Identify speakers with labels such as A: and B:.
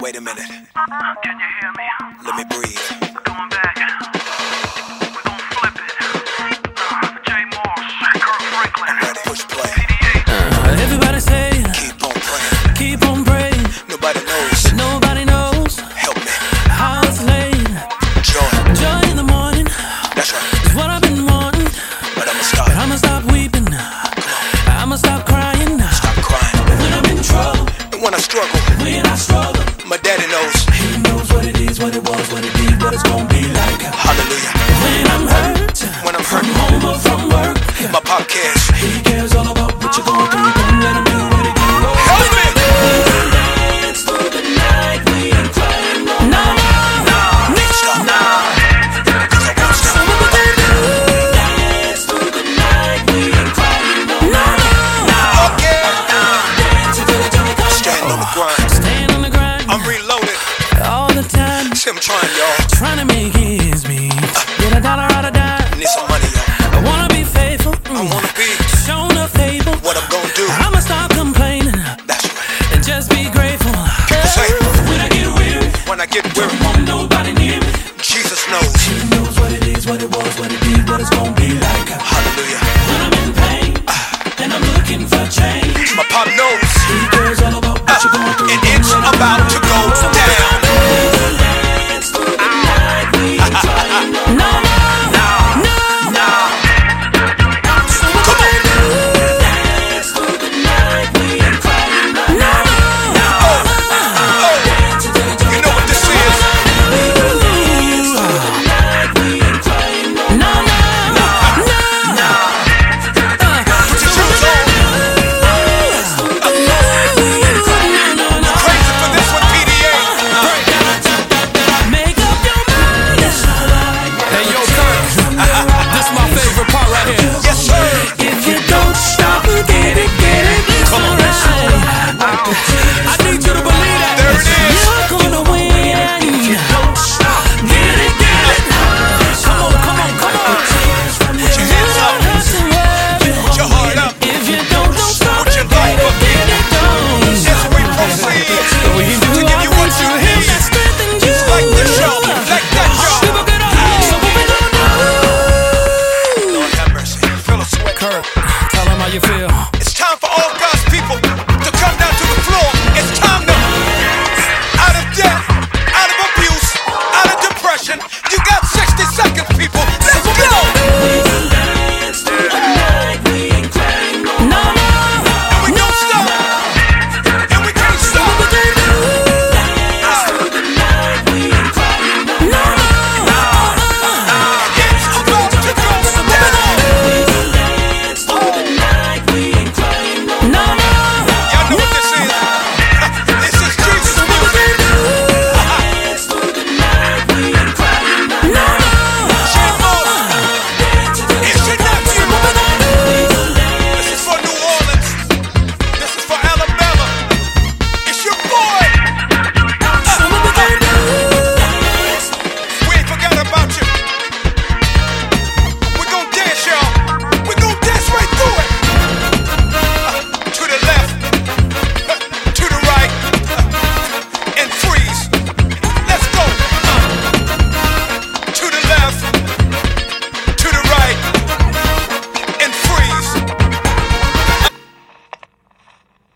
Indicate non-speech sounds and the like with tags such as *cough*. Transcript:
A: Wait a minute.
B: Can you hear me?
A: Let me breathe.
B: We're going back. We're gonna flip it. Uh, Jay Marsh, Kirk Franklin,
A: Ready, push play.
B: PDA.
C: Everybody say,
A: Keep on praying.
C: keep on praying.
A: Nobody knows.
C: Nobody knows
A: Help me.
C: how it's late.
A: Joy.
C: Joy in the morning
A: That's right.
C: is what I've been wanting.
A: But I'ma stop.
C: I'ma stop weeping. I'ma stop crying.
A: Stop crying.
C: When I'm in trouble,
A: And when I struggle,
C: when I struggle,
A: my daddy knows.
C: he knows what it is, what it was, what it did, what it's gonna be like.
A: Hallelujah.
C: When I'm hurt,
A: When I'm
C: from
A: hurt,
C: home or from work,
A: my pop cares.
C: he cares all about what you're going through.
A: *laughs* uh, Uh, Uh,